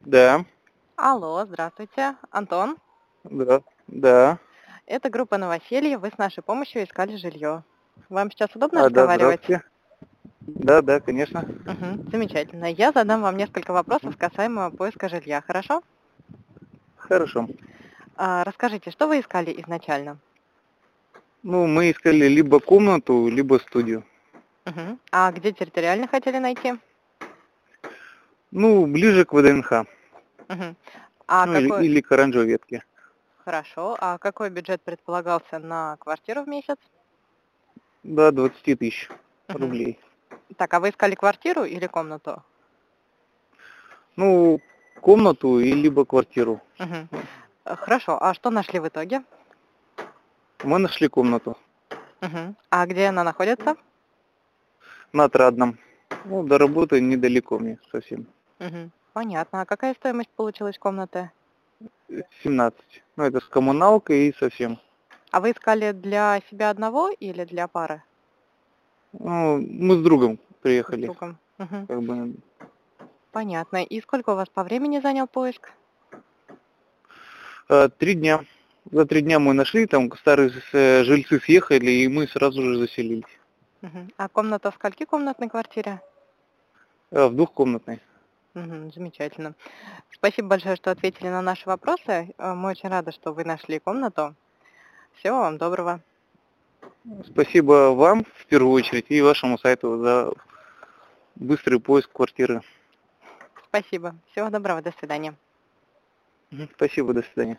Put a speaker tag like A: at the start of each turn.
A: Да,
B: Алло, здравствуйте, Антон.
A: да, да.
B: Это группа «Новоселье». Вы с нашей помощью искали жилье. Вам сейчас удобно
A: А, да,
B: разговаривать?
A: здравствуйте. Да, да, конечно.
B: Мгм, замечательно. Я задам вам несколько вопросов касаемо поиска жилья, хорошо?
A: Хорошо.
B: А, расскажите, что вы искали изначально?
A: Ну, мы искали либо комнату, либо студию.
B: Мгм. А где территориально хотели найти?
A: Ну, ближе к ВДНХ.
B: Мгм. А
A: ну, или-
B: какой...
A: или к оранжевой ветке.
B: Хорошо. А какой бюджет предполагался на квартиру в месяц?
A: До 20 тысяч
B: Мгм.
A: рублей.
B: Так, а вы искали квартиру или комнату?
A: Ну, комнату и либо квартиру.
B: Мгм. Э, Хорошо. А что нашли в итоге?
A: Мы нашли комнату
B: Мгм. А где она находится?
A: на Отрадном. Ну, до работы недалеко мне совсем.
B: Мгм. Понятно. А какая стоимость получилась комнаты?
A: 17. Ну, это с коммуналкой и совсем.
B: А вы искали для себя одного или для пары?
A: Ну, мы с другом
B: С
A: приехали.
B: другом? Мгм.
A: Как бы
B: Понятно. И сколько у вас по времени занял поиск?
A: Э, Три дня. За три дня мы нашли, там старые э, жильцы съехали, и мы сразу же заселились.
B: Мгм. А комната в скольки комнатной квартире?
A: Э, В двухкомнатной.
B: Мгм, Замечательно. Спасибо большое, что ответили на наши вопросы. Э, Мы очень рады, что вы нашли комнату. Всего вам доброго.
A: Спасибо вам в первую очередь и вашему сайту за быстрый поиск квартиры.
B: Спасибо. Всего доброго. До свидания.
A: Мгм. Спасибо, до свидания.